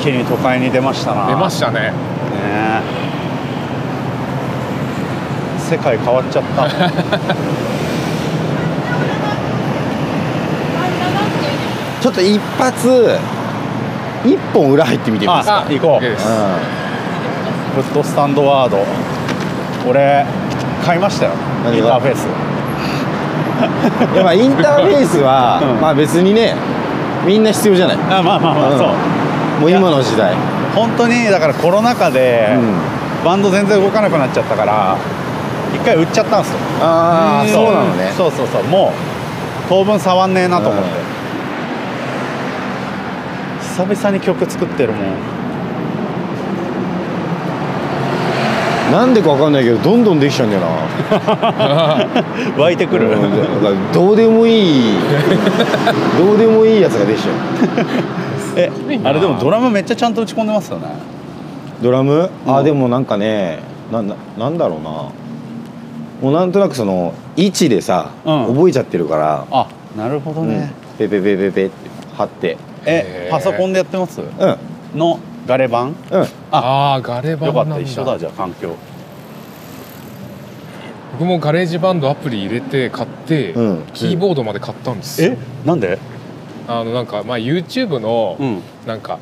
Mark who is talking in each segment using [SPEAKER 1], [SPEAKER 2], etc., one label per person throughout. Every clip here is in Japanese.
[SPEAKER 1] 気に都会に出ましたな
[SPEAKER 2] 出ましたね
[SPEAKER 1] ね世界変わっちゃった
[SPEAKER 3] ちょっと一発一本裏入ってみてください
[SPEAKER 1] あ行こう
[SPEAKER 2] いいです
[SPEAKER 1] フットスタンドワード俺買いましたよイ
[SPEAKER 3] 何が
[SPEAKER 1] ンターフェース
[SPEAKER 3] うんいやまあインターフェースは、
[SPEAKER 1] うん
[SPEAKER 3] まあ別にねみんな必要じゃない
[SPEAKER 1] あまあまあまあ、
[SPEAKER 3] うん
[SPEAKER 1] そう
[SPEAKER 3] もう今の時代、
[SPEAKER 1] 本当にだからコロナ禍で、
[SPEAKER 3] うん
[SPEAKER 1] バンド全然動かなくなっちゃったから一回売っちゃったんですよ
[SPEAKER 3] ああ
[SPEAKER 1] ん
[SPEAKER 3] そうなのね
[SPEAKER 1] そうそうそうもう当分触んねえなと思って、
[SPEAKER 3] う
[SPEAKER 1] 久々に曲作ってるもん
[SPEAKER 3] なんでかわかんないけどどんどんできちゃうんだよな
[SPEAKER 1] 湧いてくる、
[SPEAKER 3] うんだからどうでもいいどうでもいいやつができちゃう
[SPEAKER 1] え
[SPEAKER 2] ごいな
[SPEAKER 1] あれでもドラムめっちゃちゃんと打ち込んでますよね
[SPEAKER 3] ドラム、
[SPEAKER 1] う
[SPEAKER 3] あ
[SPEAKER 1] ん
[SPEAKER 3] でもなんかねなななんだろうなもうなんとなくその位置でさ、
[SPEAKER 1] うん
[SPEAKER 3] 覚えちゃってるから、
[SPEAKER 1] あなるほど
[SPEAKER 3] うん
[SPEAKER 1] ね、
[SPEAKER 3] ペペペペペって貼って
[SPEAKER 1] え
[SPEAKER 2] へー
[SPEAKER 1] パソコンでやってます
[SPEAKER 3] うん
[SPEAKER 1] のガレ版
[SPEAKER 3] うん
[SPEAKER 2] ああーガレバ
[SPEAKER 1] よ
[SPEAKER 2] ン
[SPEAKER 1] か
[SPEAKER 2] な
[SPEAKER 1] った
[SPEAKER 2] んだ
[SPEAKER 1] 一緒だじゃあ環境
[SPEAKER 2] 僕もガレージバンドアプリ入れて買って、
[SPEAKER 3] うん
[SPEAKER 2] キーボードまで買ったんですよ、
[SPEAKER 1] なんで
[SPEAKER 2] あのなんか、まあ、YouTube の、
[SPEAKER 1] うん
[SPEAKER 2] なんか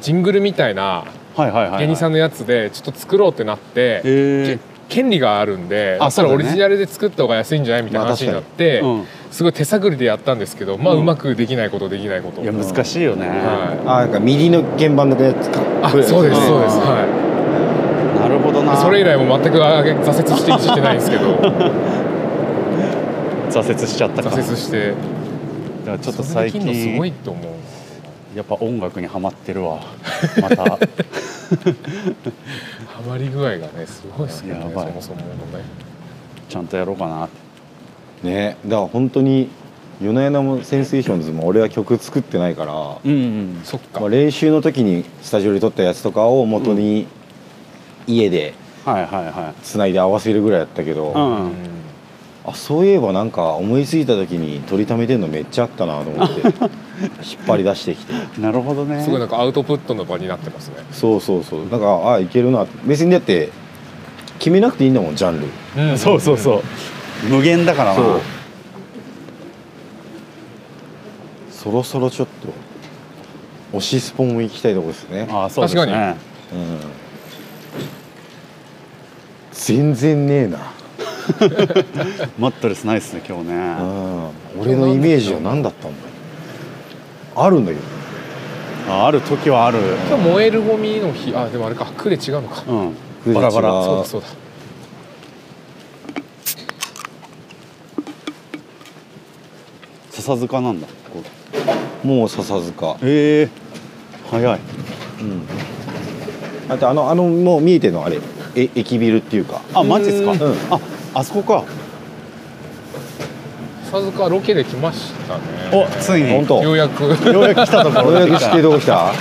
[SPEAKER 2] ジングルみたいな
[SPEAKER 1] はいはいはいはい
[SPEAKER 2] 芸人さんのやつでちょっと作ろうってなって、
[SPEAKER 1] へえ
[SPEAKER 2] け権利があるんで
[SPEAKER 1] あ
[SPEAKER 2] あそれ
[SPEAKER 1] そう
[SPEAKER 2] オ
[SPEAKER 1] だね
[SPEAKER 2] リジナルで作った方が安いんじゃないみたいな
[SPEAKER 3] まあ
[SPEAKER 2] 話になって、
[SPEAKER 1] うん
[SPEAKER 2] すごい手探りでやったんですけどまあ
[SPEAKER 1] うん
[SPEAKER 2] うまくできないことできないこと、
[SPEAKER 1] いや難しいよね、
[SPEAKER 2] は
[SPEAKER 3] あなんか右の鍵盤のやつか
[SPEAKER 2] い、あそうですそうで
[SPEAKER 1] ん
[SPEAKER 2] す、は、
[SPEAKER 1] なるほどない
[SPEAKER 2] それ以来も全くあ挫折していじってないんですけ ど
[SPEAKER 1] 挫折しちゃったか
[SPEAKER 2] 挫折して
[SPEAKER 1] いやちょっと
[SPEAKER 2] それ
[SPEAKER 1] 最
[SPEAKER 2] できんのす
[SPEAKER 1] 近
[SPEAKER 2] ごいと思う
[SPEAKER 1] やっぱ音楽にはまってる わまた
[SPEAKER 2] ハマり具合がねすごいですけどね
[SPEAKER 1] やばい
[SPEAKER 2] そもそものね
[SPEAKER 1] ちゃんとやろうかなって
[SPEAKER 3] ねだから本当に夜な夜なもセンセーションズも俺は曲作ってないから、
[SPEAKER 1] うんうん
[SPEAKER 2] そっか、
[SPEAKER 3] まあ、練習の時にスタジオで撮ったやつとかを元に家で
[SPEAKER 1] はいはいは
[SPEAKER 3] つないで合わせるぐらいやったけど、
[SPEAKER 1] いうん、
[SPEAKER 3] あそういえばなんか思いついた時に撮りためてんのめっちゃあったなと 思って引っ張り出してきて
[SPEAKER 1] なるほどね
[SPEAKER 2] すごいなんかアウトプットの場になってますね
[SPEAKER 3] そうそうそうなんかあいけるな別にだって決めなくていいんだもんジャンル
[SPEAKER 1] そうそうそう無限だからな
[SPEAKER 3] そうそろそろちょっと推しスポも行きたいとこですね、
[SPEAKER 1] あそうですね
[SPEAKER 2] 確か
[SPEAKER 3] うん、全然ねえな
[SPEAKER 1] マットレスないですね今日ね
[SPEAKER 3] うん俺のイメージは何だったんだあるんだけど
[SPEAKER 1] あある時はある
[SPEAKER 2] 今日燃えるゴミの日あでもあれか区で違うのか、
[SPEAKER 1] う
[SPEAKER 3] ク
[SPEAKER 1] ん
[SPEAKER 3] レ
[SPEAKER 1] バ
[SPEAKER 3] ジ
[SPEAKER 1] ラ
[SPEAKER 3] が
[SPEAKER 1] バラ
[SPEAKER 2] そうだそうだ
[SPEAKER 1] 笹塚なんだここ
[SPEAKER 3] もう笹塚、
[SPEAKER 1] へえ早い
[SPEAKER 3] うん、あとあのあのもう見えてるのあれえ駅ビルっていうか
[SPEAKER 1] あマジっすか、
[SPEAKER 2] うん
[SPEAKER 1] ああそこか
[SPEAKER 2] 笹塚ロケで来ましたね
[SPEAKER 1] おついに
[SPEAKER 3] 本当
[SPEAKER 2] ようやく
[SPEAKER 1] ようやく来たとこ
[SPEAKER 3] よ
[SPEAKER 1] ろ
[SPEAKER 3] うやく知ってるとこ来た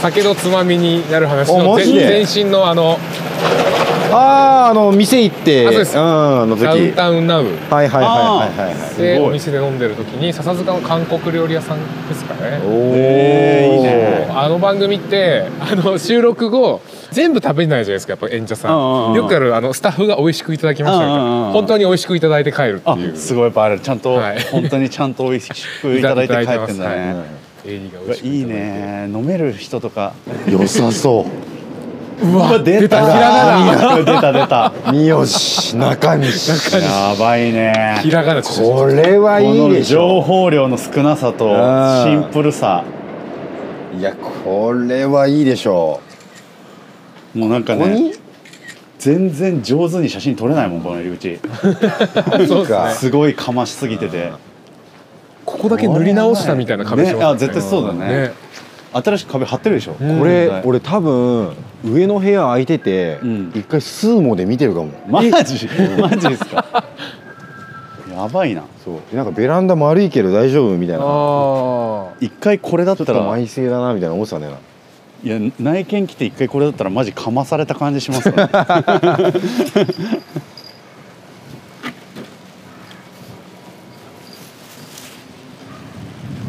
[SPEAKER 2] 酒のつまみになる話
[SPEAKER 3] お
[SPEAKER 2] の
[SPEAKER 3] マジで
[SPEAKER 2] 前前身のあの
[SPEAKER 3] あああの店行って
[SPEAKER 2] あそうです
[SPEAKER 3] んあの時
[SPEAKER 2] ダ
[SPEAKER 3] は
[SPEAKER 2] ウ
[SPEAKER 3] い
[SPEAKER 2] ンタウンナウ
[SPEAKER 3] はいはいはいはいはい
[SPEAKER 1] す
[SPEAKER 2] で
[SPEAKER 1] ごい
[SPEAKER 2] お店で飲んでる時に笹塚の韓国料理屋さんですかね
[SPEAKER 3] お
[SPEAKER 1] へーいいね
[SPEAKER 2] あの番組ってあの収録後全部食べないじゃないですかやっぱ演者
[SPEAKER 1] う
[SPEAKER 2] さ
[SPEAKER 1] んうんうん
[SPEAKER 2] んよくあるあのスタッフが美味しくいただきましたみたい
[SPEAKER 1] うんうんう
[SPEAKER 2] なん本当に美味しくいただいて帰るって
[SPEAKER 1] あ
[SPEAKER 2] いう
[SPEAKER 1] すごいやっぱあれちゃんと、
[SPEAKER 2] はい
[SPEAKER 1] 本当にちゃんと美味しくいただいて帰ってんだね、
[SPEAKER 2] エリが美
[SPEAKER 1] うわ
[SPEAKER 2] 味しく
[SPEAKER 1] いい
[SPEAKER 2] ただて
[SPEAKER 1] ね飲める人とか
[SPEAKER 3] 良さそう
[SPEAKER 1] うわ出た
[SPEAKER 3] 出たひら
[SPEAKER 1] 出た出た
[SPEAKER 3] 三好中西
[SPEAKER 1] やばいね
[SPEAKER 2] ひらがな中心
[SPEAKER 3] これはいい
[SPEAKER 1] この
[SPEAKER 3] でしょ
[SPEAKER 1] 情報量の少なさと
[SPEAKER 3] うん
[SPEAKER 1] シンプルさ
[SPEAKER 3] いやこれはいいでしょ
[SPEAKER 1] もうなんか
[SPEAKER 3] うここ
[SPEAKER 1] ね
[SPEAKER 3] に
[SPEAKER 1] 全然上手に写真撮れないもんこの入り口
[SPEAKER 2] そうですね
[SPEAKER 3] はい
[SPEAKER 1] すごいかましすぎてて
[SPEAKER 2] ここだけ塗り直したみたいな壁してます
[SPEAKER 1] ねあ絶対そうだね新しく壁貼ってるでしょ
[SPEAKER 2] ん
[SPEAKER 3] こ
[SPEAKER 1] 絶
[SPEAKER 3] れ
[SPEAKER 1] 対
[SPEAKER 3] 俺多分上の部屋空いてて
[SPEAKER 1] うん
[SPEAKER 3] 一回スーモで見てるかも
[SPEAKER 1] マジマジですかやばいな
[SPEAKER 3] そうなんかベランダ丸いけど大丈夫みたいなちょ
[SPEAKER 2] あ
[SPEAKER 1] 一回これだった
[SPEAKER 3] っと
[SPEAKER 1] ら
[SPEAKER 3] 埋静だなみたいな思ってたんだよない
[SPEAKER 1] や内見来て一回これだったらマジかまされた感じしますよね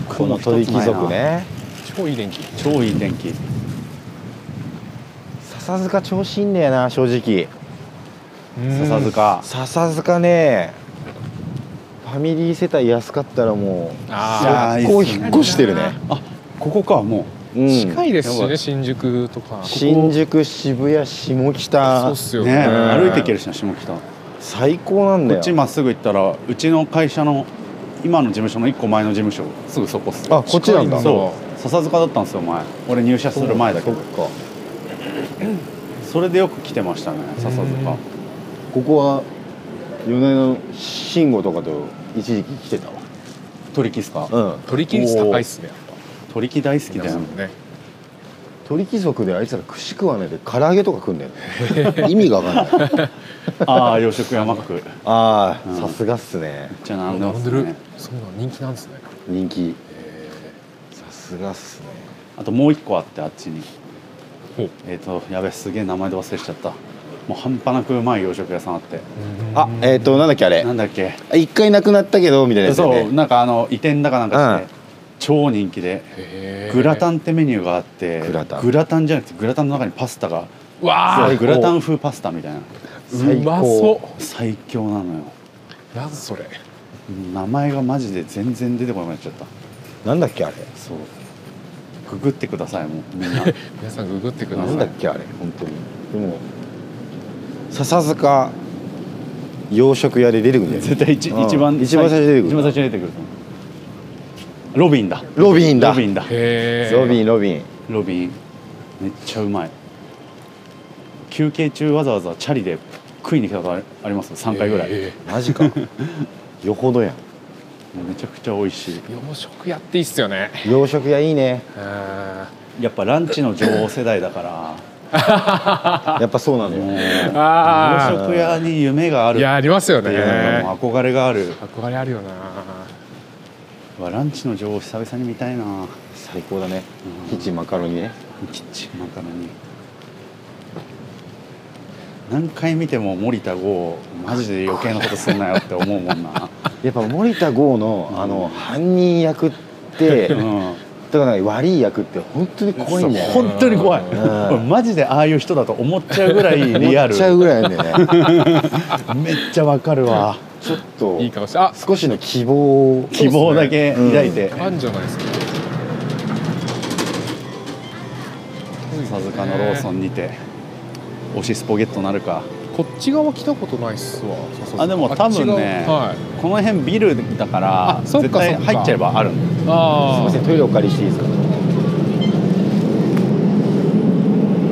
[SPEAKER 3] この鳥貴族ね
[SPEAKER 2] あ超いい天気
[SPEAKER 1] 超いい天気
[SPEAKER 3] 笹塚調子いいんだよな正直
[SPEAKER 1] 笹塚
[SPEAKER 3] 笹塚ねファミリー世帯安かったらもう
[SPEAKER 2] あ
[SPEAKER 1] あー
[SPEAKER 3] 速攻
[SPEAKER 1] いいっす
[SPEAKER 3] 引
[SPEAKER 1] ね
[SPEAKER 3] っ越してるね
[SPEAKER 1] あここかも
[SPEAKER 3] う
[SPEAKER 2] ー
[SPEAKER 3] ん
[SPEAKER 2] 近いですし
[SPEAKER 1] やば
[SPEAKER 2] ね
[SPEAKER 1] い
[SPEAKER 2] 新宿とか
[SPEAKER 3] 新宿渋谷下
[SPEAKER 2] そう
[SPEAKER 3] 北
[SPEAKER 2] っす
[SPEAKER 1] う
[SPEAKER 2] よ
[SPEAKER 1] ね
[SPEAKER 2] ね
[SPEAKER 1] 歩いていけるしな下北こ
[SPEAKER 3] 最高なんだよ
[SPEAKER 1] っちまっすぐ行ったらうちの会社の今の事務所の一個前の事務所すぐそこっすよ
[SPEAKER 3] あこっちなん
[SPEAKER 2] 近
[SPEAKER 3] だ
[SPEAKER 2] い
[SPEAKER 1] そう笹塚だったんですよ前俺入社する前だけど
[SPEAKER 3] そっか
[SPEAKER 1] それでよく来てましたね笹
[SPEAKER 2] う
[SPEAKER 1] 塚
[SPEAKER 2] ん
[SPEAKER 3] ここは米の慎吾とかと一時期来てた
[SPEAKER 1] 鳥木っすか
[SPEAKER 3] わうん
[SPEAKER 2] 取り切り率高いっすねやっぱ
[SPEAKER 1] 鳥木大好きだよ
[SPEAKER 2] ね
[SPEAKER 3] 鳥貴族であいつら串食わないで唐揚げとか食うんだよ ね意味がわかんない
[SPEAKER 1] ああ洋食山区めっ
[SPEAKER 3] あ
[SPEAKER 1] う
[SPEAKER 3] あ
[SPEAKER 1] ん
[SPEAKER 3] さすがっすね
[SPEAKER 1] ちゃ
[SPEAKER 2] な
[SPEAKER 1] 並んでま
[SPEAKER 2] ん
[SPEAKER 1] す
[SPEAKER 2] でる
[SPEAKER 1] ね
[SPEAKER 2] そうなの人気なんですね
[SPEAKER 3] 人気さすがっすね
[SPEAKER 1] あともう一個あってあっちに
[SPEAKER 2] ほう
[SPEAKER 1] えっ、とやべすげえ名前で忘れちゃったもう半端なくうまい洋食屋さんあって
[SPEAKER 3] あえっ、となんだっけあれ
[SPEAKER 1] なんだっけ
[SPEAKER 3] あ一回なくなったけどみたいなやつだ
[SPEAKER 1] そう
[SPEAKER 3] よね
[SPEAKER 1] なんかあの移転だかなんかして、超人気でグラタ
[SPEAKER 2] ン
[SPEAKER 1] ンってメニューがあって
[SPEAKER 3] グラタン
[SPEAKER 1] ンじゃなくてグラタンの中にパスタが
[SPEAKER 2] わ
[SPEAKER 1] そ
[SPEAKER 2] あ
[SPEAKER 1] うグラタン風パスタみたいな
[SPEAKER 2] うまそ
[SPEAKER 1] 最強なのよ
[SPEAKER 2] うなんそれ
[SPEAKER 1] 名前がマジで全然出てこなくなっちゃった
[SPEAKER 3] なんだっけあれ
[SPEAKER 1] そうググってくださいもうみん な
[SPEAKER 2] 皆さんググってくだ
[SPEAKER 3] な
[SPEAKER 2] さい
[SPEAKER 3] んだっけあれ本当にでも笹塚洋食屋で出てくるんだよね
[SPEAKER 1] 絶対一
[SPEAKER 3] うん
[SPEAKER 1] 一番
[SPEAKER 3] 一番最初に出てくる
[SPEAKER 1] 一番最初に出てくるロビンだ
[SPEAKER 3] ロビンだ
[SPEAKER 1] ロビンだ
[SPEAKER 2] へえ
[SPEAKER 3] ロビンロビン
[SPEAKER 1] ロビンめっちゃうまい休憩中わざわざチャリで食いに来たことありあります3回ぐらい、
[SPEAKER 2] へ
[SPEAKER 3] マ ジかよほどやん
[SPEAKER 1] もうめちゃくちゃ美味し
[SPEAKER 2] ー洋食やっていいっすよね
[SPEAKER 3] 洋食屋いいね
[SPEAKER 2] あ
[SPEAKER 1] いやっぱランチの女王世代だから
[SPEAKER 3] やっぱそうなの
[SPEAKER 1] も
[SPEAKER 3] よ
[SPEAKER 2] ー
[SPEAKER 1] う
[SPEAKER 2] あ
[SPEAKER 1] 洋食屋に夢があ
[SPEAKER 2] ー
[SPEAKER 1] る
[SPEAKER 2] いやありますよ
[SPEAKER 1] っていうの
[SPEAKER 2] ね
[SPEAKER 1] も憧れがある
[SPEAKER 2] 憧れあるよな
[SPEAKER 1] うわランチの女王久々に見たいな
[SPEAKER 3] 最高だね
[SPEAKER 1] うん
[SPEAKER 3] キッチンマカロニね
[SPEAKER 1] キッチンマカロニ何回見ても森田剛マジで余計なことすんなよって思うもん な
[SPEAKER 3] やっぱ森田剛のあの犯人役って
[SPEAKER 1] う
[SPEAKER 3] だか
[SPEAKER 1] ん
[SPEAKER 3] らなんか悪い役って本当に怖いんだよね
[SPEAKER 1] 本当に怖い
[SPEAKER 3] ん
[SPEAKER 1] 俺マジでああいう人だと思っちゃうぐらいリア
[SPEAKER 3] 思っ
[SPEAKER 1] ル
[SPEAKER 3] ちゃうぐらいなんだよね
[SPEAKER 1] めっちゃわかるわ
[SPEAKER 3] ちょっと
[SPEAKER 2] いい顔してあ
[SPEAKER 3] 少しの希望を
[SPEAKER 1] 希望だけ抱いて
[SPEAKER 2] あんじゃないですか
[SPEAKER 1] 笹塚のローソンにて推しスポゲットなるか
[SPEAKER 2] こっち側来たことないっすわそうそうそう
[SPEAKER 1] あでも多分ね
[SPEAKER 2] あっち側はい
[SPEAKER 1] この辺ビルだから
[SPEAKER 2] あそっ
[SPEAKER 1] 絶
[SPEAKER 2] か
[SPEAKER 1] 対
[SPEAKER 2] そっか
[SPEAKER 1] 入っちゃえばあるんだ
[SPEAKER 3] すみ
[SPEAKER 2] あ
[SPEAKER 3] ませんトイレお借りしていいですか
[SPEAKER 2] あ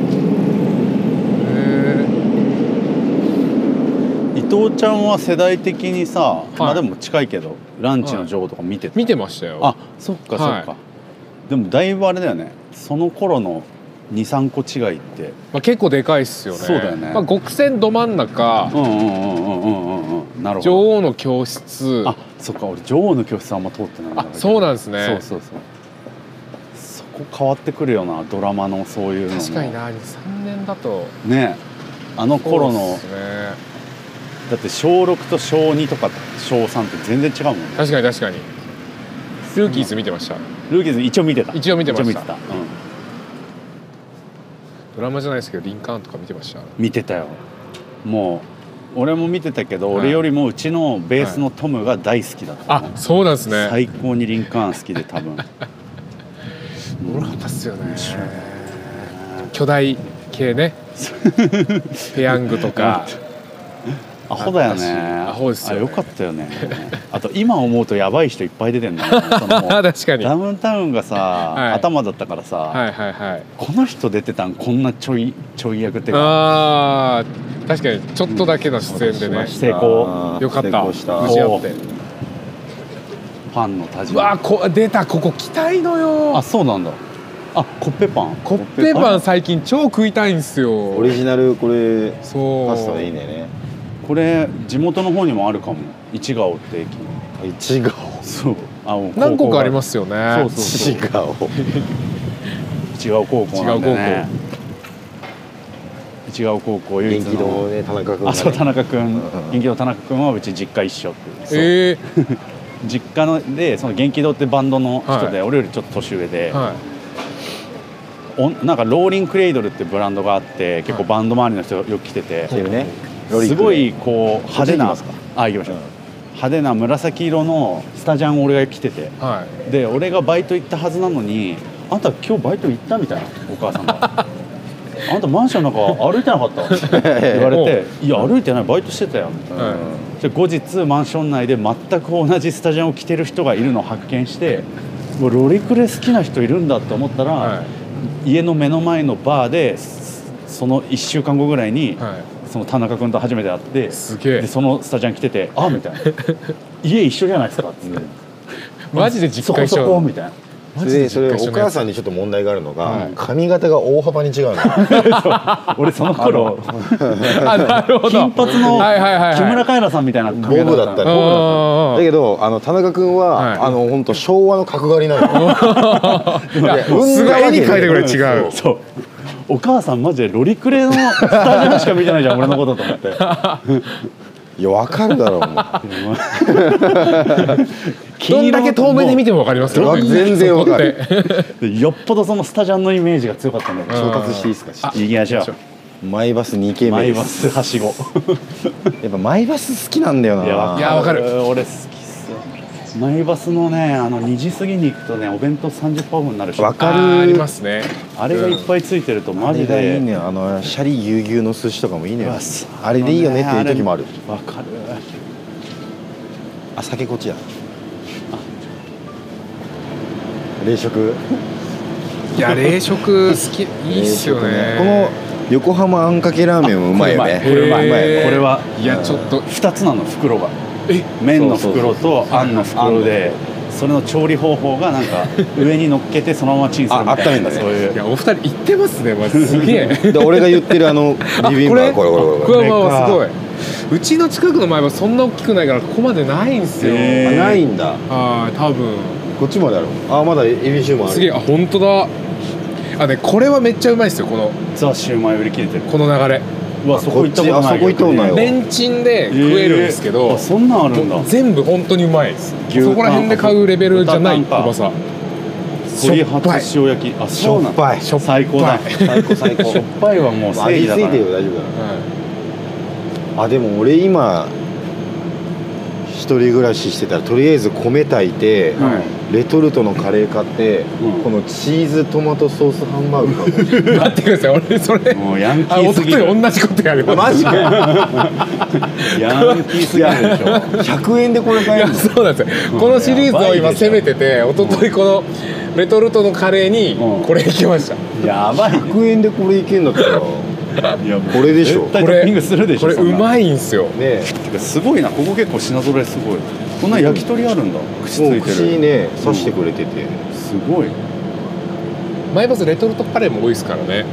[SPEAKER 2] へ
[SPEAKER 1] 伊藤ちゃんは世代的にさ、まあ
[SPEAKER 2] はい
[SPEAKER 1] でも近いけどランチの女王とか見てた、
[SPEAKER 2] 見てましたよ
[SPEAKER 1] あそっかそっか、
[SPEAKER 2] はい
[SPEAKER 1] でもだいぶあれだよねその頃の23個違いって
[SPEAKER 2] まあ、結構でかいっすよね
[SPEAKER 1] そうだよね
[SPEAKER 2] まあ、極戦ど真ん中
[SPEAKER 1] うんうんうんうんうんうんうんなるほど
[SPEAKER 2] 女王の教室
[SPEAKER 1] あそっか俺女王の教室あんま通ってないんだ
[SPEAKER 2] あそうなんですね
[SPEAKER 1] そうそうそうそこ変わってくるよなドラマのそういうのも
[SPEAKER 2] 確かにな23年だと
[SPEAKER 1] ねあの頃
[SPEAKER 2] そう
[SPEAKER 1] の
[SPEAKER 2] っすね
[SPEAKER 1] だって小6と小2とか小3って全然違うもんね
[SPEAKER 2] 確かに確かにルーキーズ見てました
[SPEAKER 1] ルーキーズ一応見てた
[SPEAKER 2] 一応見てま
[SPEAKER 1] 一
[SPEAKER 2] した
[SPEAKER 1] 応見てた,、うん、
[SPEAKER 2] ドラマじゃないですけどリンカーンとか見てました
[SPEAKER 1] 見てたよもう俺も見てたけど、
[SPEAKER 2] はい
[SPEAKER 1] 俺よりもうちのベースのトムが大好きだった、
[SPEAKER 2] あそうなんですね
[SPEAKER 1] 最高にリンカーン好きで 多分
[SPEAKER 2] おもろかったっすよね巨大系ねペヤングとか
[SPEAKER 1] アホだよね
[SPEAKER 2] アホですよね
[SPEAKER 1] あよかったよねあと今思うとやばい人いっぱい出てんだよねその
[SPEAKER 2] 確かに
[SPEAKER 1] ダ
[SPEAKER 2] は
[SPEAKER 1] ウンタウンがさ、
[SPEAKER 2] い
[SPEAKER 1] 頭だったからさ、
[SPEAKER 2] いはいはい
[SPEAKER 1] この人出てたんこんなちょいちょい役っていうか
[SPEAKER 2] あー確かにちょっとだけの出演でね、
[SPEAKER 1] 成功
[SPEAKER 3] あー
[SPEAKER 2] よかった
[SPEAKER 3] 成功した
[SPEAKER 2] 無事あって
[SPEAKER 1] ファンの田
[SPEAKER 2] う
[SPEAKER 1] 島
[SPEAKER 2] わこ出たここ来たいのよ
[SPEAKER 1] あそうなんだあコッペパン
[SPEAKER 2] コッペパン
[SPEAKER 1] ン
[SPEAKER 2] 最近超食いたいんですよ
[SPEAKER 3] オリジナルこれ
[SPEAKER 2] そう
[SPEAKER 3] パスタでいいんだよね
[SPEAKER 1] これ地元の方にもあるかも市川って駅
[SPEAKER 3] 一顔
[SPEAKER 1] そうあもう
[SPEAKER 2] 何個かありますすよね
[SPEAKER 1] そうそう
[SPEAKER 3] 一顔
[SPEAKER 1] 市川高校なんでね市川高校唯一
[SPEAKER 3] 元気
[SPEAKER 1] の
[SPEAKER 3] のね田中君が
[SPEAKER 1] あそう田
[SPEAKER 3] ね
[SPEAKER 1] 中君
[SPEAKER 3] ん
[SPEAKER 1] 元気堂田中君はうち実家一緒っていうそう
[SPEAKER 2] え
[SPEAKER 1] 実家のでその元気堂ってバンドの人で、
[SPEAKER 2] はい
[SPEAKER 1] 俺よりちょっと年上で、
[SPEAKER 2] ー、は
[SPEAKER 1] おなんかローリンクレイドルってブランドがあって結構バンド周りの人よく来てて、
[SPEAKER 3] てるね
[SPEAKER 1] すごいこう派手な
[SPEAKER 3] こっち行きます
[SPEAKER 1] あ行きましょう、派手な紫色のスタジャンを俺が着てて
[SPEAKER 2] は
[SPEAKER 1] で俺がバイト行ったはずなのにあんた今日バイト行ったみたいなお母さん があんたマンションなんか歩 いてなかったって言われて「いや歩いてないバイトしてたよ」みたい
[SPEAKER 2] い
[SPEAKER 1] な。
[SPEAKER 2] は
[SPEAKER 1] で後日マンション内で全く同じスタジャンを着てる人がいるのを発見してもうロリクレ好きな人いるんだと思ったら、
[SPEAKER 2] いは
[SPEAKER 1] 家の目の前のバーでそその1週間後ぐらいに、
[SPEAKER 2] いは
[SPEAKER 1] その田中君と初めて会って
[SPEAKER 2] いすげえ
[SPEAKER 1] でそのスタジャン着てて「あみたいな 「家一緒じゃないですか」っつって
[SPEAKER 2] マジで
[SPEAKER 1] 「そ
[SPEAKER 2] 実
[SPEAKER 1] こ
[SPEAKER 2] 家一
[SPEAKER 1] そ
[SPEAKER 2] 緒
[SPEAKER 1] こ」みたいな
[SPEAKER 2] マ
[SPEAKER 3] そ
[SPEAKER 2] ジ
[SPEAKER 3] れ
[SPEAKER 2] で
[SPEAKER 3] でそれ
[SPEAKER 2] 実家一緒
[SPEAKER 3] お
[SPEAKER 2] のや
[SPEAKER 3] 母
[SPEAKER 2] つ
[SPEAKER 3] さんにちょっと問題があるの
[SPEAKER 1] は
[SPEAKER 3] が
[SPEAKER 1] い
[SPEAKER 3] 髪型が大幅に違うの
[SPEAKER 1] 俺その頃
[SPEAKER 2] あなるほど
[SPEAKER 1] 金髪の
[SPEAKER 2] はいはいはいはい
[SPEAKER 1] 木村カエラさんみたいな髪型
[SPEAKER 3] ボブだった
[SPEAKER 2] う
[SPEAKER 3] ね
[SPEAKER 2] んうんう
[SPEAKER 3] だ
[SPEAKER 2] ん
[SPEAKER 3] けどあの田中君は、
[SPEAKER 2] はい
[SPEAKER 3] あの本当昭和の角刈りなのいや
[SPEAKER 2] すごい絵に描いてくれ
[SPEAKER 3] うん
[SPEAKER 2] 違う
[SPEAKER 1] そうお母さんマジでロリクレのスタジャンしか見てないじゃん俺のことと思 って
[SPEAKER 3] いや分かるだろうお前
[SPEAKER 2] どんだけ遠目で見て
[SPEAKER 1] も
[SPEAKER 2] も分かりますけどね
[SPEAKER 3] わ全然わかる
[SPEAKER 2] そこって
[SPEAKER 1] よっぽどそのスタジャンのイメージが強かったんだけ
[SPEAKER 2] うん
[SPEAKER 1] ど
[SPEAKER 3] 調達していいですか
[SPEAKER 1] 行きましょ
[SPEAKER 2] 行きましょ
[SPEAKER 1] う
[SPEAKER 3] マイバス2軒
[SPEAKER 1] マ
[SPEAKER 3] 目
[SPEAKER 1] イ
[SPEAKER 3] で
[SPEAKER 1] バ
[SPEAKER 3] す
[SPEAKER 1] スはしご
[SPEAKER 3] やっぱマイバス好きなんだよない
[SPEAKER 2] いやわかる
[SPEAKER 1] 俺好きっすよマイバスのねあの2時過ぎに行くとねお弁当30%オフになるし
[SPEAKER 3] わか
[SPEAKER 2] あ
[SPEAKER 3] る
[SPEAKER 2] ーありますね
[SPEAKER 1] あれがいっぱいついてるとマ
[SPEAKER 3] あれ
[SPEAKER 1] ジ
[SPEAKER 3] がいい
[SPEAKER 1] で
[SPEAKER 3] ねあのシャリぎゅうぎゅうの寿司とかもいいね
[SPEAKER 1] うわす
[SPEAKER 3] あれでいいよねっていう時もある
[SPEAKER 1] わかる
[SPEAKER 3] あ酒こっちだ冷食
[SPEAKER 2] いや冷食好きいいっすよね
[SPEAKER 3] この横浜あんかけラーメンもうまいよね
[SPEAKER 1] これうまい
[SPEAKER 2] へ
[SPEAKER 1] これうまいこ
[SPEAKER 2] ー
[SPEAKER 1] れはい
[SPEAKER 2] やちょっと
[SPEAKER 1] 2つなの袋が
[SPEAKER 2] え
[SPEAKER 1] 麺の袋とあんの袋でそれの調理方法がなん か上に乗っけてそのままチンするみた
[SPEAKER 3] あ温め
[SPEAKER 1] い
[SPEAKER 3] ん
[SPEAKER 1] な
[SPEAKER 3] だね
[SPEAKER 1] そうい
[SPEAKER 2] いうやお二人行ってますねマジすげえ
[SPEAKER 3] で俺が言ってるあのビビンバこれこれこれ
[SPEAKER 2] これは
[SPEAKER 1] こ
[SPEAKER 2] まあすごいうちの近くの前はそんな大きくないからここまでないんすよ、
[SPEAKER 1] へ
[SPEAKER 3] あ
[SPEAKER 1] え
[SPEAKER 3] ないんだ
[SPEAKER 2] はい多分
[SPEAKER 3] こっちまであるあまだエビシューもあ
[SPEAKER 2] すげえ
[SPEAKER 3] る
[SPEAKER 2] あ本当だあねこれはめっちゃうまいっすよこの
[SPEAKER 1] ザ・シューマイ売り切れてる
[SPEAKER 2] この流れ
[SPEAKER 1] うわ
[SPEAKER 3] あ
[SPEAKER 1] そこ行ったこと
[SPEAKER 3] こっち
[SPEAKER 1] な
[SPEAKER 3] あ
[SPEAKER 1] い
[SPEAKER 3] そこ行ったことないわ
[SPEAKER 2] レンチンで食えるんですけ
[SPEAKER 1] えー
[SPEAKER 2] ど
[SPEAKER 1] あ、そんなんあるんだ
[SPEAKER 2] もう全部本当にうまいです
[SPEAKER 1] 牛
[SPEAKER 2] そこら辺で買うレベルじゃない
[SPEAKER 1] 豚タンか
[SPEAKER 2] うまさ
[SPEAKER 1] 鶏初塩焼きあ
[SPEAKER 3] しょっぱい
[SPEAKER 1] そうなんだ最高だ最高最高しょっぱいはもう正
[SPEAKER 3] 味
[SPEAKER 1] 義
[SPEAKER 3] 付
[SPEAKER 1] だ
[SPEAKER 3] い
[SPEAKER 1] か
[SPEAKER 3] てる
[SPEAKER 1] ら
[SPEAKER 3] よ大丈夫だ
[SPEAKER 2] は
[SPEAKER 3] あでも俺今一人暮らししてたらとりあえず米炊いて、レトルトのカレー買って、
[SPEAKER 1] うん
[SPEAKER 3] このチーズトマトソースハンバーグ 買
[SPEAKER 2] い 待ってください俺それ
[SPEAKER 1] もうヤンキ
[SPEAKER 2] あ
[SPEAKER 1] ーす
[SPEAKER 2] 弟
[SPEAKER 1] ぎる
[SPEAKER 2] に同じことやり
[SPEAKER 3] おう
[SPEAKER 2] ます
[SPEAKER 3] ジ か
[SPEAKER 1] ヤンキーすぎるでしょ
[SPEAKER 3] 100円でこれ
[SPEAKER 2] い
[SPEAKER 3] 買え
[SPEAKER 2] や
[SPEAKER 3] るの
[SPEAKER 2] そうなんですよこのシリーズを今攻めてて一昨日このレトルトのカレーに
[SPEAKER 1] うん
[SPEAKER 2] これいきました
[SPEAKER 1] やばいね
[SPEAKER 3] 100円でこれいけんだったらね
[SPEAKER 1] いや
[SPEAKER 3] これでしょ
[SPEAKER 1] 絶対トッピングするでしょ
[SPEAKER 2] これ
[SPEAKER 1] そん
[SPEAKER 2] う
[SPEAKER 1] な
[SPEAKER 2] まいんすよ
[SPEAKER 3] え
[SPEAKER 1] てかすごいなここ結構品揃えすごいこんな焼き鳥あるんだ口つ
[SPEAKER 3] もう
[SPEAKER 1] いて
[SPEAKER 3] 口に
[SPEAKER 1] る
[SPEAKER 3] ね刺してくれてて、
[SPEAKER 1] すごい
[SPEAKER 2] マイバスレトルトカレーも多いですからね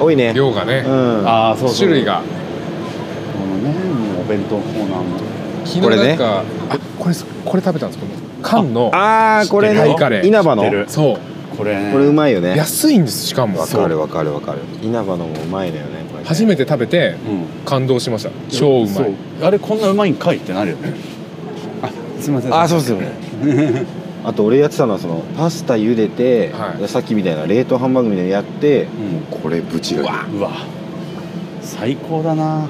[SPEAKER 3] 多いね
[SPEAKER 2] 量がね
[SPEAKER 3] うん
[SPEAKER 1] ああそうそう
[SPEAKER 2] 種類が
[SPEAKER 1] このねもうお弁当コーナーも
[SPEAKER 2] 昨日
[SPEAKER 3] これ
[SPEAKER 2] な
[SPEAKER 3] ね
[SPEAKER 2] んかあこれこれ食べたんですこの缶の
[SPEAKER 3] あーこれ
[SPEAKER 2] 知ってる
[SPEAKER 3] ね
[SPEAKER 2] よカレー
[SPEAKER 3] 稲葉の
[SPEAKER 1] 知っ
[SPEAKER 3] こ
[SPEAKER 1] てる
[SPEAKER 2] そう
[SPEAKER 1] これね
[SPEAKER 3] れうまいよね
[SPEAKER 2] 安いんですしかも
[SPEAKER 3] わ
[SPEAKER 2] そ
[SPEAKER 3] か
[SPEAKER 2] う
[SPEAKER 3] るわかるわかる稲葉のもうまいのよねこれね
[SPEAKER 2] 初めて食べて
[SPEAKER 1] うん
[SPEAKER 2] 感動しました超うま
[SPEAKER 1] そ
[SPEAKER 2] い
[SPEAKER 1] あれこんなうまいんかいってなるよねあすいません
[SPEAKER 3] あそうです よねあと俺やってたのはそのパスタ茹でて、
[SPEAKER 2] はい
[SPEAKER 3] でさっきみたいな冷凍ハンバーグみたいなのやって、
[SPEAKER 1] ん
[SPEAKER 3] もうこれぶちが
[SPEAKER 2] わ
[SPEAKER 1] うわ最高だな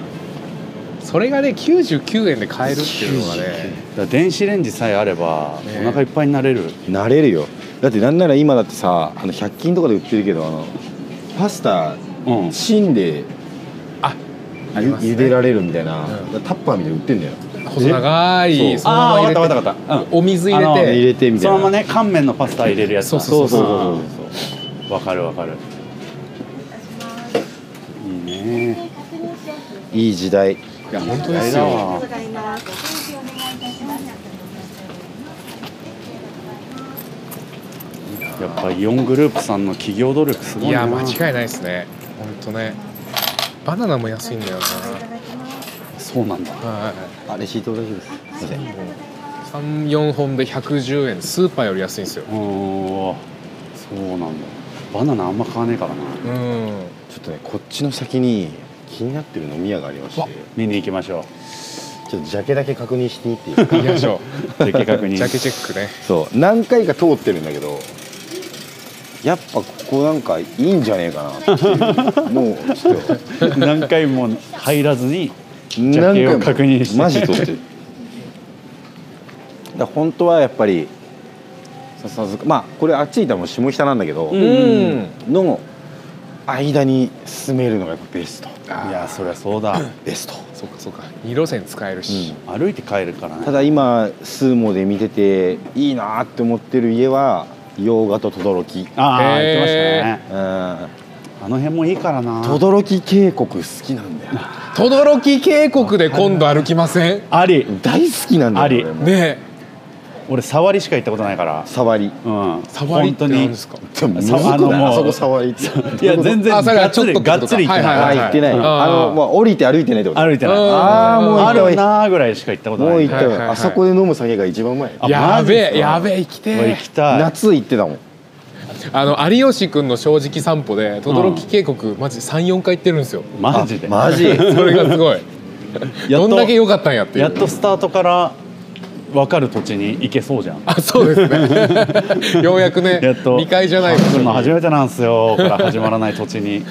[SPEAKER 2] それがね99円で買えるっていうのがね
[SPEAKER 1] だから電子レンジさえあれば
[SPEAKER 2] ね
[SPEAKER 1] お腹いっぱいになれる
[SPEAKER 3] 慣れるよだってなんなら今だってさあの100均とかで売ってるけどあのパスタ
[SPEAKER 1] うん
[SPEAKER 3] チンで
[SPEAKER 2] ああり
[SPEAKER 3] ゆ
[SPEAKER 2] ますね
[SPEAKER 3] 茹でられるみたいな、タッパーみたいなの売ってんだよ
[SPEAKER 2] 細長
[SPEAKER 3] え
[SPEAKER 2] い
[SPEAKER 3] そ
[SPEAKER 2] のまま入れて
[SPEAKER 1] あーわかったわかったわかった
[SPEAKER 2] お水入
[SPEAKER 1] あの
[SPEAKER 2] れ
[SPEAKER 3] 入
[SPEAKER 2] て
[SPEAKER 3] れてみたい
[SPEAKER 1] そ
[SPEAKER 3] な
[SPEAKER 1] のままね乾麺のパスタ入れるやつだ
[SPEAKER 2] そうそうそう
[SPEAKER 3] そう
[SPEAKER 1] あーわかるわかるいいね
[SPEAKER 3] いい時代
[SPEAKER 2] いや本当
[SPEAKER 1] あ
[SPEAKER 2] で
[SPEAKER 1] れ
[SPEAKER 2] す
[SPEAKER 1] だ
[SPEAKER 2] よ
[SPEAKER 1] わやっぱイオングループさんの企業努力すご
[SPEAKER 2] い
[SPEAKER 1] いな
[SPEAKER 2] や間違いないですね本当ねバナナも安いんだよ
[SPEAKER 1] そうなんだ
[SPEAKER 2] なはい
[SPEAKER 3] あレシート大丈夫ですすいません
[SPEAKER 2] 34本で110円スーパーより安いんですよ
[SPEAKER 1] うーんそうなんだバナナあんま買わねえからな
[SPEAKER 2] うん
[SPEAKER 3] ちょっとねこっちの先に気になってる飲み屋がありまして
[SPEAKER 2] わ
[SPEAKER 1] 見に行きましょ
[SPEAKER 3] ちょっとジャケだけ確認していいっていう
[SPEAKER 2] 行 きましょ
[SPEAKER 1] う的確
[SPEAKER 2] う
[SPEAKER 1] に
[SPEAKER 2] ジャケチェックね
[SPEAKER 3] そう何回か通ってるんだけどやっぱここなんかいいんじゃねえかなっていうもうちょっと
[SPEAKER 1] 何回も入らずにジャ
[SPEAKER 3] 何
[SPEAKER 1] ケ
[SPEAKER 3] 回
[SPEAKER 1] を
[SPEAKER 3] も
[SPEAKER 1] 確認して
[SPEAKER 3] マジ撮ってるだから本当はやっぱり笹塚まあこれあっちにいたのも下北なんだけど、
[SPEAKER 1] うん
[SPEAKER 3] の間に進めるのがやっぱベスト
[SPEAKER 1] い
[SPEAKER 2] い
[SPEAKER 1] や
[SPEAKER 2] や
[SPEAKER 1] そりゃそうだ
[SPEAKER 3] ベスト
[SPEAKER 2] そっかそっか二路線使えるし、
[SPEAKER 1] 歩いて帰るからね
[SPEAKER 3] ただ今スーモで見てていいなって思ってる家は洋画と轟うん
[SPEAKER 1] ああ言ってました
[SPEAKER 2] へー
[SPEAKER 1] ねあの辺もいいからな
[SPEAKER 3] 轟渓谷好きなんだよ
[SPEAKER 2] 轟渓谷で今度歩きません
[SPEAKER 1] あり
[SPEAKER 3] 大好きなんだよ
[SPEAKER 1] あり
[SPEAKER 3] 俺も
[SPEAKER 2] ねえ
[SPEAKER 1] 俺触りしか行ったことないから
[SPEAKER 3] 触り
[SPEAKER 1] うん
[SPEAKER 2] 触りって
[SPEAKER 1] 本当
[SPEAKER 2] 何
[SPEAKER 1] に
[SPEAKER 2] ですか
[SPEAKER 3] でもむずく
[SPEAKER 1] さあの
[SPEAKER 3] ない
[SPEAKER 1] もう
[SPEAKER 3] あそこ触りって
[SPEAKER 1] いや全然
[SPEAKER 2] あそれ
[SPEAKER 1] が
[SPEAKER 2] は
[SPEAKER 1] っ
[SPEAKER 2] ちょ
[SPEAKER 1] つり
[SPEAKER 2] っとってこと
[SPEAKER 1] がっつり行って
[SPEAKER 2] はい
[SPEAKER 1] な
[SPEAKER 2] はいい
[SPEAKER 3] あ行ってない
[SPEAKER 2] うん
[SPEAKER 3] あのまあ降りて歩いてないってこと
[SPEAKER 1] 歩いてない
[SPEAKER 2] うん
[SPEAKER 3] ああもう行
[SPEAKER 1] あ
[SPEAKER 3] ったわ
[SPEAKER 1] るなーぐらいしか行ったことない
[SPEAKER 3] もう行った
[SPEAKER 2] はいはいはい
[SPEAKER 3] わあそこで飲む酒が一番うまい
[SPEAKER 1] あ
[SPEAKER 2] や
[SPEAKER 1] マジ
[SPEAKER 2] べ
[SPEAKER 1] で
[SPEAKER 2] えやべえ生きて
[SPEAKER 1] もう
[SPEAKER 2] え
[SPEAKER 1] 行きたい
[SPEAKER 3] 夏行ってたもん
[SPEAKER 2] あの有吉君の正直散歩で轟渓谷マジ三四回行ってるんです よ
[SPEAKER 1] マジで
[SPEAKER 3] あマジ
[SPEAKER 2] それがすごい
[SPEAKER 1] やっと
[SPEAKER 2] どんだけ良かったんやっていう
[SPEAKER 1] やっとスタートから分かる土地に行けそうじゃん
[SPEAKER 2] あそうです ねようやくね
[SPEAKER 1] やっと
[SPEAKER 2] 未開じゃない
[SPEAKER 1] 来るの初めてなんすよから始まらない土地に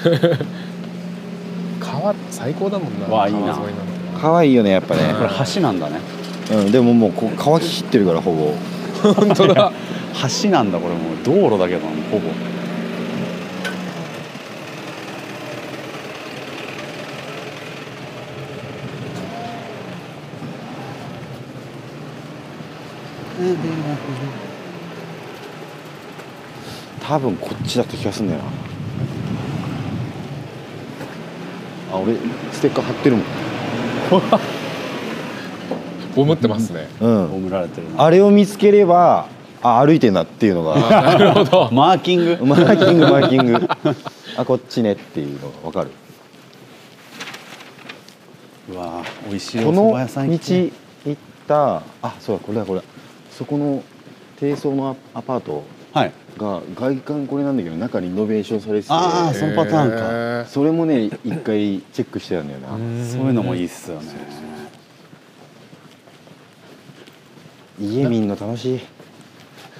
[SPEAKER 2] 川最高だもんな
[SPEAKER 1] わあいいな
[SPEAKER 2] 川沿いなんて
[SPEAKER 3] 可愛いよねやっぱね
[SPEAKER 1] これ橋なんだね
[SPEAKER 3] うんでももうこう乾ききってるからほぼ
[SPEAKER 2] 本当 だ
[SPEAKER 1] 橋なんだこれもう道路だけどもうほぼ
[SPEAKER 3] 多分こっちだった気がすんだよなあ俺ステッカー貼ってるもん
[SPEAKER 2] ボムってますね
[SPEAKER 3] うん
[SPEAKER 1] 葬られてるな
[SPEAKER 3] あれを見つければあ歩いてんなっていうのが
[SPEAKER 2] なるほど
[SPEAKER 1] マーキング
[SPEAKER 3] マーキングマーキングあこっちねっていうのが分かる
[SPEAKER 1] うわー美味しいお
[SPEAKER 3] こ
[SPEAKER 1] 蕎
[SPEAKER 3] の
[SPEAKER 1] 麦屋さ
[SPEAKER 3] 道
[SPEAKER 1] ん行き
[SPEAKER 3] 行ったあそうだこれだこれだそこの低層のアパート
[SPEAKER 1] はい
[SPEAKER 3] が外観これなんだけど中リノベーションされてて
[SPEAKER 1] あーそのパターンか
[SPEAKER 2] へ
[SPEAKER 3] それもね一回チェックしてたんだよな、
[SPEAKER 2] ー
[SPEAKER 1] そういうのもいいっすよね
[SPEAKER 3] 家見んの楽しい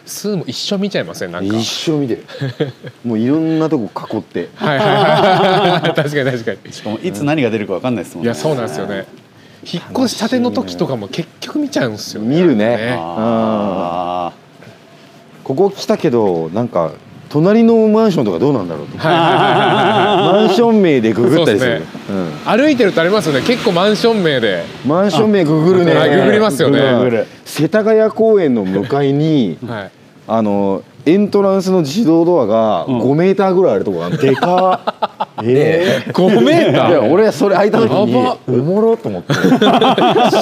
[SPEAKER 2] スーも一緒見ちゃいませんなんか
[SPEAKER 3] 一生見てる もういろんなとこ囲って
[SPEAKER 2] はいはいはい 確かに確かに
[SPEAKER 1] しかもいつ何が出るか分かんないですもん
[SPEAKER 2] い
[SPEAKER 1] ね
[SPEAKER 2] やそうなんですよね引っ越したての時とかも結局見ちゃうんですよね
[SPEAKER 3] 見るね
[SPEAKER 1] あ
[SPEAKER 3] ここ来たけどなんか隣のマンションとかどうなんだろう と
[SPEAKER 2] はいはいはいはい
[SPEAKER 3] マンション名でググったりする、
[SPEAKER 2] そうっす歩いてるとありますよね結構マンション名で
[SPEAKER 3] うん、マンション名ググるね
[SPEAKER 2] あググりますよね
[SPEAKER 3] うん
[SPEAKER 1] ググる
[SPEAKER 3] 世田谷公園の向かいに
[SPEAKER 2] はい
[SPEAKER 3] あのエントランスの自動ドアが
[SPEAKER 1] ん
[SPEAKER 3] 5メーターぐらいあるとこがあるでか っええ
[SPEAKER 2] 5メータ
[SPEAKER 3] いや
[SPEAKER 2] ー
[SPEAKER 3] 俺それ開いた時に
[SPEAKER 2] やば
[SPEAKER 3] おもろと思って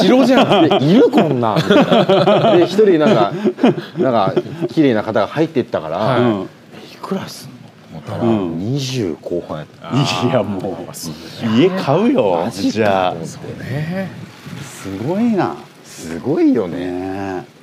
[SPEAKER 3] 城じゃんっているこんなみたいなで一人なんかなんか綺麗な方が入ってったから、
[SPEAKER 1] ー
[SPEAKER 2] は
[SPEAKER 3] えいくらすんのと思ったら、
[SPEAKER 1] うん
[SPEAKER 3] 20後半やった
[SPEAKER 1] うんいやもう家買うよ
[SPEAKER 3] マジか
[SPEAKER 1] じゃあ
[SPEAKER 2] そうね
[SPEAKER 1] すごいな
[SPEAKER 3] すごいよね
[SPEAKER 1] ね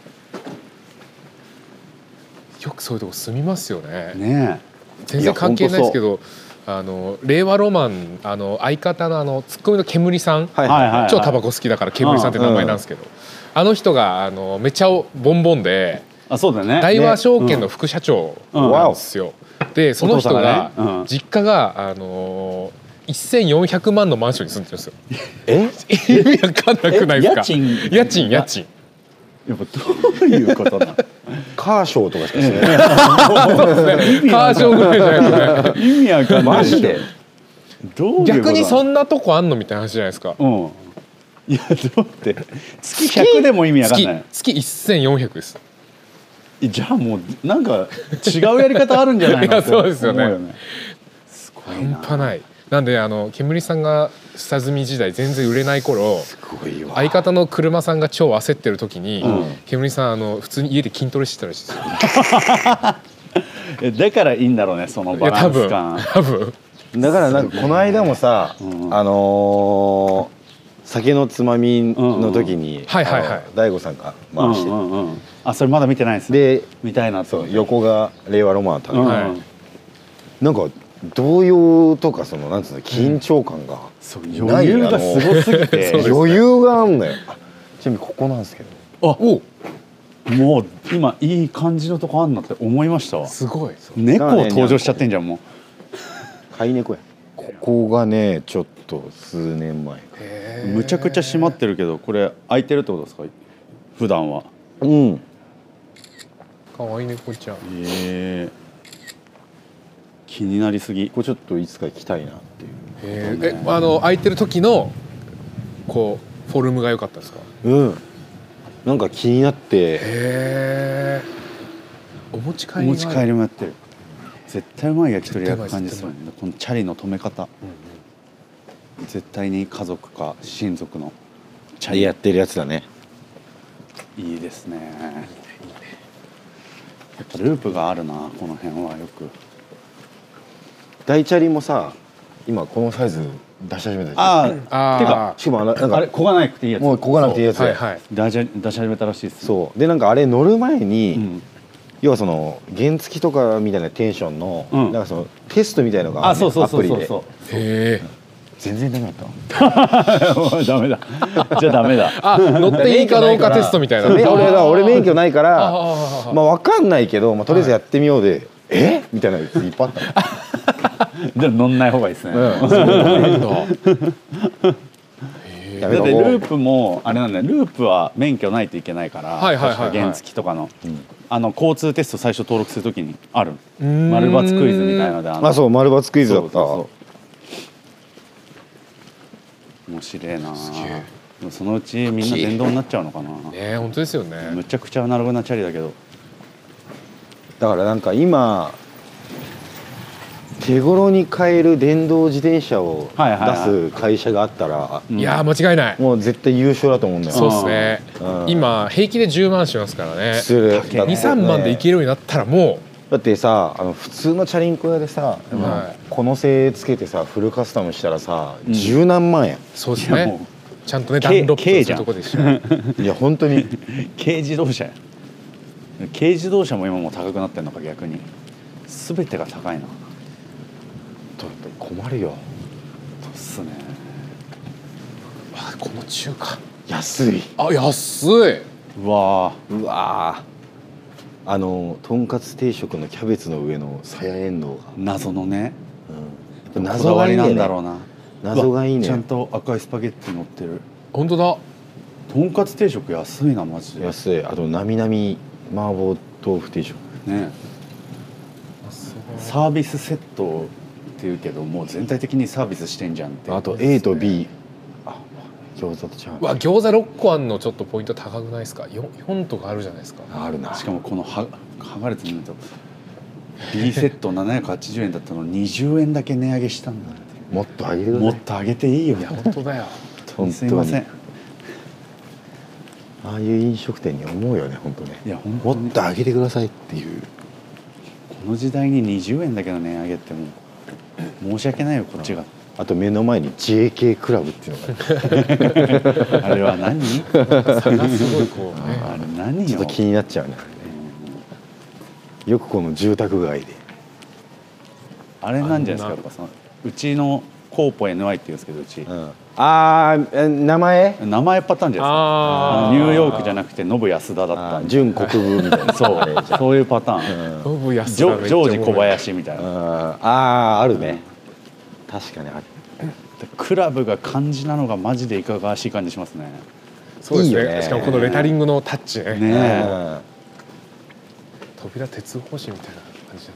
[SPEAKER 2] よくそういうとこ住みますよね
[SPEAKER 1] えね
[SPEAKER 2] 全然関係ないですけどあの令和ロマンあの相方のあのツッコミの煙さん、
[SPEAKER 1] え
[SPEAKER 3] はい
[SPEAKER 1] はいはいはい
[SPEAKER 2] 超タバコ好きだから煙さんって名前なんですけど、あの人があのめちゃおボンボンで
[SPEAKER 1] あそうだよね
[SPEAKER 2] 大和証券の副社長
[SPEAKER 1] うん
[SPEAKER 2] なんですよ、でその人が
[SPEAKER 1] お父さんがねうん
[SPEAKER 2] 実家があの1400万のマンションに住んでるんですよ
[SPEAKER 3] え
[SPEAKER 2] 意味わかんなくないで
[SPEAKER 1] え
[SPEAKER 2] すか
[SPEAKER 1] 家賃
[SPEAKER 2] 家賃家賃
[SPEAKER 1] やっぱどういうことだ
[SPEAKER 3] カーショーとかしかしない
[SPEAKER 2] カーショーぐらいじゃないですかね
[SPEAKER 1] 意味わかんない
[SPEAKER 3] マジで
[SPEAKER 1] どういうこと
[SPEAKER 2] 逆にそ
[SPEAKER 1] ん
[SPEAKER 2] んなとこあんのみたいな話じゃないですか
[SPEAKER 1] うんいやどうって月100でも意味わかん
[SPEAKER 2] 月
[SPEAKER 1] ない
[SPEAKER 2] 月1400です
[SPEAKER 1] じゃあもうなんか違うやり方あるんじゃないの
[SPEAKER 2] いやそうですよね
[SPEAKER 1] って思すごい
[SPEAKER 2] 半
[SPEAKER 1] な
[SPEAKER 2] 端ないなんであの煙さんが下積み時代全然売れない頃
[SPEAKER 3] すごいわ
[SPEAKER 2] 相方の車さんが超焦ってる時に、
[SPEAKER 1] うん
[SPEAKER 2] 煙さんあの普通に家で筋トレしてたらしいですよ
[SPEAKER 1] えだからいいんだろうねその
[SPEAKER 2] い
[SPEAKER 1] バ
[SPEAKER 2] や
[SPEAKER 1] ラ
[SPEAKER 2] 多
[SPEAKER 1] ンス
[SPEAKER 2] 分
[SPEAKER 1] 感
[SPEAKER 2] 多分
[SPEAKER 3] だからなんかこの間もさ、
[SPEAKER 1] うん
[SPEAKER 3] あのー酒のつまみの時に、
[SPEAKER 2] はいはいはい
[SPEAKER 3] あの大悟さんが回して、
[SPEAKER 1] うんうんうん、あそれまだ見てないですね
[SPEAKER 3] で
[SPEAKER 1] 見たいなと
[SPEAKER 3] そ
[SPEAKER 1] 思っ
[SPEAKER 3] う
[SPEAKER 1] て
[SPEAKER 3] 横が令和ロマンだった
[SPEAKER 1] うん
[SPEAKER 3] の、
[SPEAKER 2] はい
[SPEAKER 3] なんか動揺とかそのなんつうの緊張感が、
[SPEAKER 1] そう余裕がすごすぎて
[SPEAKER 2] そうですね
[SPEAKER 3] 余裕があんのよあちなみにここなんですけど
[SPEAKER 2] お
[SPEAKER 1] もう今いい感じのとこあんなって思いましたわ
[SPEAKER 2] すごい
[SPEAKER 1] 猫を登場しちゃってんじゃんも
[SPEAKER 3] 飼い猫やここがねちょっと数年前
[SPEAKER 1] うむちゃくちゃ閉まってるけどこれ開いてるってことですか普段は
[SPEAKER 3] うん
[SPEAKER 2] かわいい猫ちゃん
[SPEAKER 1] ええ気になりすぎ
[SPEAKER 3] これちょっといつか来たいなっていう
[SPEAKER 2] えあの空いてる時のこうフォルムが良かったですか
[SPEAKER 3] うんなんか気になって
[SPEAKER 2] へえお持ち帰
[SPEAKER 1] お
[SPEAKER 2] りもある
[SPEAKER 1] 持ち帰りもやってる絶対うまい焼き鳥焼く感じす
[SPEAKER 2] 絶対
[SPEAKER 1] る
[SPEAKER 2] うま
[SPEAKER 1] もんねこのチャリの止め方絶対に家族か親族のチャリ
[SPEAKER 3] やってるやつだね
[SPEAKER 1] いいですねやっぱループがあるなこの辺はよく
[SPEAKER 3] 大チャリもさ今このサイズ出し始めたでしょ
[SPEAKER 1] あ
[SPEAKER 2] あ
[SPEAKER 1] あて
[SPEAKER 2] ー
[SPEAKER 1] か
[SPEAKER 3] しかもあのなん
[SPEAKER 1] あれ
[SPEAKER 3] か
[SPEAKER 1] こがなくていいやつ
[SPEAKER 3] もうこがなくていいやつ
[SPEAKER 2] はい
[SPEAKER 3] や
[SPEAKER 2] はい
[SPEAKER 1] 出し出し始めたらしいですう、
[SPEAKER 3] そうでなんかあれ乗る前に、
[SPEAKER 1] うん、
[SPEAKER 3] 要はその原付とかみたいなテンションの、
[SPEAKER 1] うん
[SPEAKER 3] なんかそのテストみたいのが
[SPEAKER 1] あ
[SPEAKER 3] るね
[SPEAKER 1] そうそうそうそう
[SPEAKER 3] アプ
[SPEAKER 1] そ
[SPEAKER 2] へえ
[SPEAKER 3] リで全然ダメだったわ
[SPEAKER 1] うもうダ メだじゃあダメだ
[SPEAKER 2] あ乗っていいかどうかテストみたいな
[SPEAKER 3] そうね俺ら俺免許ないから
[SPEAKER 2] あー
[SPEAKER 3] まあわかんないけど、まあ、とりあえずやってみようで、えみたいなやついっぱいあったの
[SPEAKER 1] じゃあ乗んない方がいいですね、
[SPEAKER 3] うん
[SPEAKER 2] なんだ
[SPEAKER 3] やめ
[SPEAKER 1] だっ
[SPEAKER 3] と
[SPEAKER 1] て
[SPEAKER 3] こう
[SPEAKER 1] ループもあれなんだよループは免許ないといけないから、
[SPEAKER 2] はいはいはいはい
[SPEAKER 1] 確か原付とかの,、
[SPEAKER 3] ん
[SPEAKER 1] あの交通テスト最初登録するときにある
[SPEAKER 2] うーん
[SPEAKER 1] 丸×クイズみたいのであの
[SPEAKER 3] まあそう丸抜クイズだった
[SPEAKER 1] そうそうそう面白いな
[SPEAKER 2] すげえ
[SPEAKER 1] でもそのうちみんな電動になっちゃうのかな、
[SPEAKER 2] ね本当ですよね
[SPEAKER 1] むちゃくちゃアナログなチャリだけど
[SPEAKER 3] だからなんか今手頃に買える電動自転車を
[SPEAKER 1] はいはいはい
[SPEAKER 3] 出す会社があったら
[SPEAKER 1] うん
[SPEAKER 2] いやー間違いない
[SPEAKER 3] もう絶対優勝だと思うんだよ
[SPEAKER 2] そうですね
[SPEAKER 3] うん
[SPEAKER 2] 今平気で10万しますからね
[SPEAKER 3] する
[SPEAKER 1] 高いね
[SPEAKER 2] 23万でいけるようになったらも
[SPEAKER 3] だってさあの普通のチャリンコ屋でさ、
[SPEAKER 2] は
[SPEAKER 3] この製つけてさフルカスタムしたらさ、
[SPEAKER 1] うん
[SPEAKER 3] 十何 万円
[SPEAKER 2] うそうです
[SPEAKER 1] いやも
[SPEAKER 2] ねちゃんとねダ
[SPEAKER 1] 軽
[SPEAKER 2] ンロップ
[SPEAKER 1] 軽
[SPEAKER 2] す
[SPEAKER 1] じゃ
[SPEAKER 2] る
[SPEAKER 1] ん
[SPEAKER 2] とこでしょ
[SPEAKER 3] いや本当に
[SPEAKER 1] 軽自動車や軽自動車も今もう高くなってるのか逆に全てが高いな
[SPEAKER 3] 困るよ
[SPEAKER 1] そうっすね
[SPEAKER 2] あこの中華
[SPEAKER 3] 安い
[SPEAKER 2] あ安いう
[SPEAKER 1] わー
[SPEAKER 3] うわーあのとんかつ定食のキャベツの上のさやえんどうが、
[SPEAKER 1] 謎のね
[SPEAKER 3] うん
[SPEAKER 1] こだ
[SPEAKER 3] 謎
[SPEAKER 1] わ
[SPEAKER 3] がい
[SPEAKER 1] り
[SPEAKER 3] い
[SPEAKER 1] なん
[SPEAKER 3] んだよね
[SPEAKER 1] だろうな
[SPEAKER 3] 謎がいいね
[SPEAKER 1] うわちゃんと赤いスパゲッティ乗ってる
[SPEAKER 2] 本当だ
[SPEAKER 1] とんかつ定食安いなマジでね
[SPEAKER 3] 安いあとなみなみ麻婆豆腐定食
[SPEAKER 1] サービスセットっていうけどもう全体的にサービスしてんじゃんって
[SPEAKER 3] あと A と B あ餃子とチャー
[SPEAKER 2] うわ餃子6個あんのちょっとポイント高くないですか 4, 四とかあるじゃないですか
[SPEAKER 3] あるな
[SPEAKER 1] しかもこのは剥がれてみると B セット780円だったのに20円だけ値上げしたんだって
[SPEAKER 3] もっとあげてくだ
[SPEAKER 1] も
[SPEAKER 3] さ
[SPEAKER 1] っ
[SPEAKER 3] い
[SPEAKER 1] と上げていいよ
[SPEAKER 2] いや本当だよ
[SPEAKER 3] 本当に
[SPEAKER 1] すいません
[SPEAKER 3] ああいう飲食店に思うよね本当ね
[SPEAKER 1] いや本当
[SPEAKER 3] も
[SPEAKER 1] に
[SPEAKER 3] っ
[SPEAKER 1] こと
[SPEAKER 3] あげてくださいっていう
[SPEAKER 1] の時代に20円だけの値上げってもう申し訳ないよこっちが
[SPEAKER 3] あと目の前に JK クラブっていうのがある
[SPEAKER 1] あれは 何
[SPEAKER 2] 差がすごいこうね
[SPEAKER 1] あれ何
[SPEAKER 3] ちょ
[SPEAKER 1] よ
[SPEAKER 3] っと気になっちゃうねあれねよくこの住宅街で
[SPEAKER 1] あれなんじゃないですかや
[SPEAKER 2] あん
[SPEAKER 1] っ
[SPEAKER 2] な
[SPEAKER 1] ぱそのうちのコーポ NY っていうんですけどうち、
[SPEAKER 3] ああーえ名前
[SPEAKER 1] 名前パターンじゃないですかあ
[SPEAKER 2] あ
[SPEAKER 1] のニューヨークじゃ
[SPEAKER 2] な
[SPEAKER 1] なくてノブ安田だった
[SPEAKER 3] あ
[SPEAKER 1] ん
[SPEAKER 3] ー
[SPEAKER 1] で
[SPEAKER 3] 純国分みたいな
[SPEAKER 1] そうそういうパターン、
[SPEAKER 3] うん
[SPEAKER 2] ノブ安
[SPEAKER 1] ジョジョージ小林みたいな、
[SPEAKER 3] ああーあるね確かにある
[SPEAKER 1] クラブが漢字なのがマジでいかがわしい感じしますね
[SPEAKER 2] そうですね
[SPEAKER 3] いいよね
[SPEAKER 2] しかもこのレタリングのタッチね
[SPEAKER 1] ね
[SPEAKER 2] 扉鉄格子みたいな感じ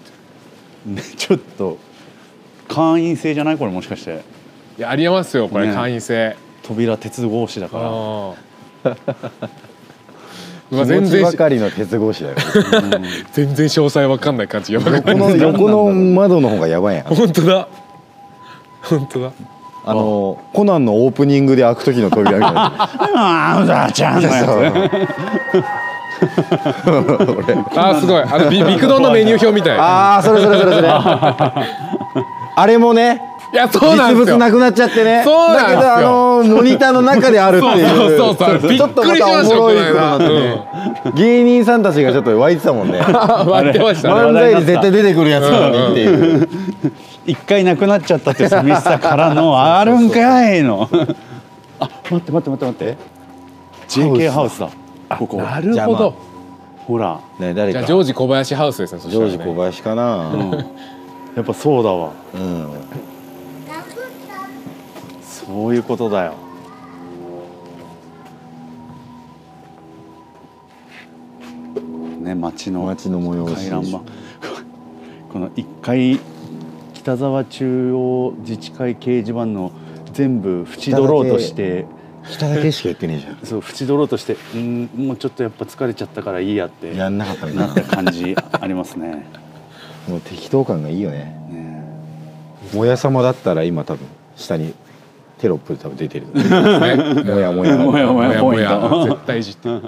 [SPEAKER 2] になってる
[SPEAKER 1] ねちょっと会員制じゃないこれもしかして
[SPEAKER 2] いやありえますよこれ
[SPEAKER 1] ね
[SPEAKER 2] 会員制、
[SPEAKER 1] 扉鉄格子だ
[SPEAKER 2] あ
[SPEAKER 1] か
[SPEAKER 2] あーう
[SPEAKER 3] う
[SPEAKER 2] わ
[SPEAKER 3] ん、気
[SPEAKER 2] 全
[SPEAKER 3] 持ち
[SPEAKER 2] 然
[SPEAKER 3] ばかりの鉄格子だよ
[SPEAKER 1] ら、うん
[SPEAKER 2] 全然詳細わかんない感じやばかっ
[SPEAKER 3] 横
[SPEAKER 2] た
[SPEAKER 3] の横の窓の方がやばいやん
[SPEAKER 2] 本当だ本当だ
[SPEAKER 3] あのコナンのオープニングで開く時の扉みたいな
[SPEAKER 1] あーだちゃん のやつ
[SPEAKER 2] あーすごいあのビビクドンのメニュー表みたいな
[SPEAKER 3] ああそれそれそれそれあれもね
[SPEAKER 2] いやそうなん
[SPEAKER 3] 実
[SPEAKER 2] ですよ
[SPEAKER 3] 物なくなっちゃってね
[SPEAKER 2] そうなん
[SPEAKER 3] だ
[SPEAKER 2] です
[SPEAKER 3] け
[SPEAKER 2] よ
[SPEAKER 3] どあのモニターの中であるっていう
[SPEAKER 2] そうそうそうそう
[SPEAKER 3] ちょっとまたおもろいことになってね芸人さんたちがちょっと湧いてたもんね
[SPEAKER 2] 割ってましたね
[SPEAKER 1] あれ
[SPEAKER 3] 漫才に絶対出てくるやつなのにっていう
[SPEAKER 1] 一回なくなっちゃったっていう寂しさ からのあるんかいのあ待って待って待って待って JK ハウスだここ
[SPEAKER 2] なるほど
[SPEAKER 1] ほら、
[SPEAKER 3] ね誰
[SPEAKER 2] じゃ
[SPEAKER 3] か
[SPEAKER 2] あジョージ小林ハウスですねそ
[SPEAKER 3] ジ
[SPEAKER 2] した
[SPEAKER 3] ョ
[SPEAKER 2] ら
[SPEAKER 3] ー
[SPEAKER 2] ね
[SPEAKER 3] ジ小林かな
[SPEAKER 1] うん、やっぱそうだわ
[SPEAKER 3] うん
[SPEAKER 1] そういうことだよね街の
[SPEAKER 3] 街の催し
[SPEAKER 1] 回覧板 この1階北沢中央自治会掲示板の全部縁取ろうとして
[SPEAKER 3] 北だけしか言ってねえじゃん
[SPEAKER 1] そう縁取ろうとしてうんもうちょっとやっぱ疲れちゃったからいいやってな
[SPEAKER 3] や
[SPEAKER 1] ん
[SPEAKER 3] なかったみたい
[SPEAKER 1] っ
[SPEAKER 3] な
[SPEAKER 1] た感じありますね。
[SPEAKER 3] もう適当感がいいよね
[SPEAKER 1] ね
[SPEAKER 3] もやさまだったら今多分下にテロップで多分出てる
[SPEAKER 2] ね
[SPEAKER 3] もやも や
[SPEAKER 1] もやもや
[SPEAKER 2] もやもや
[SPEAKER 1] ポイント
[SPEAKER 2] 絶対いじってる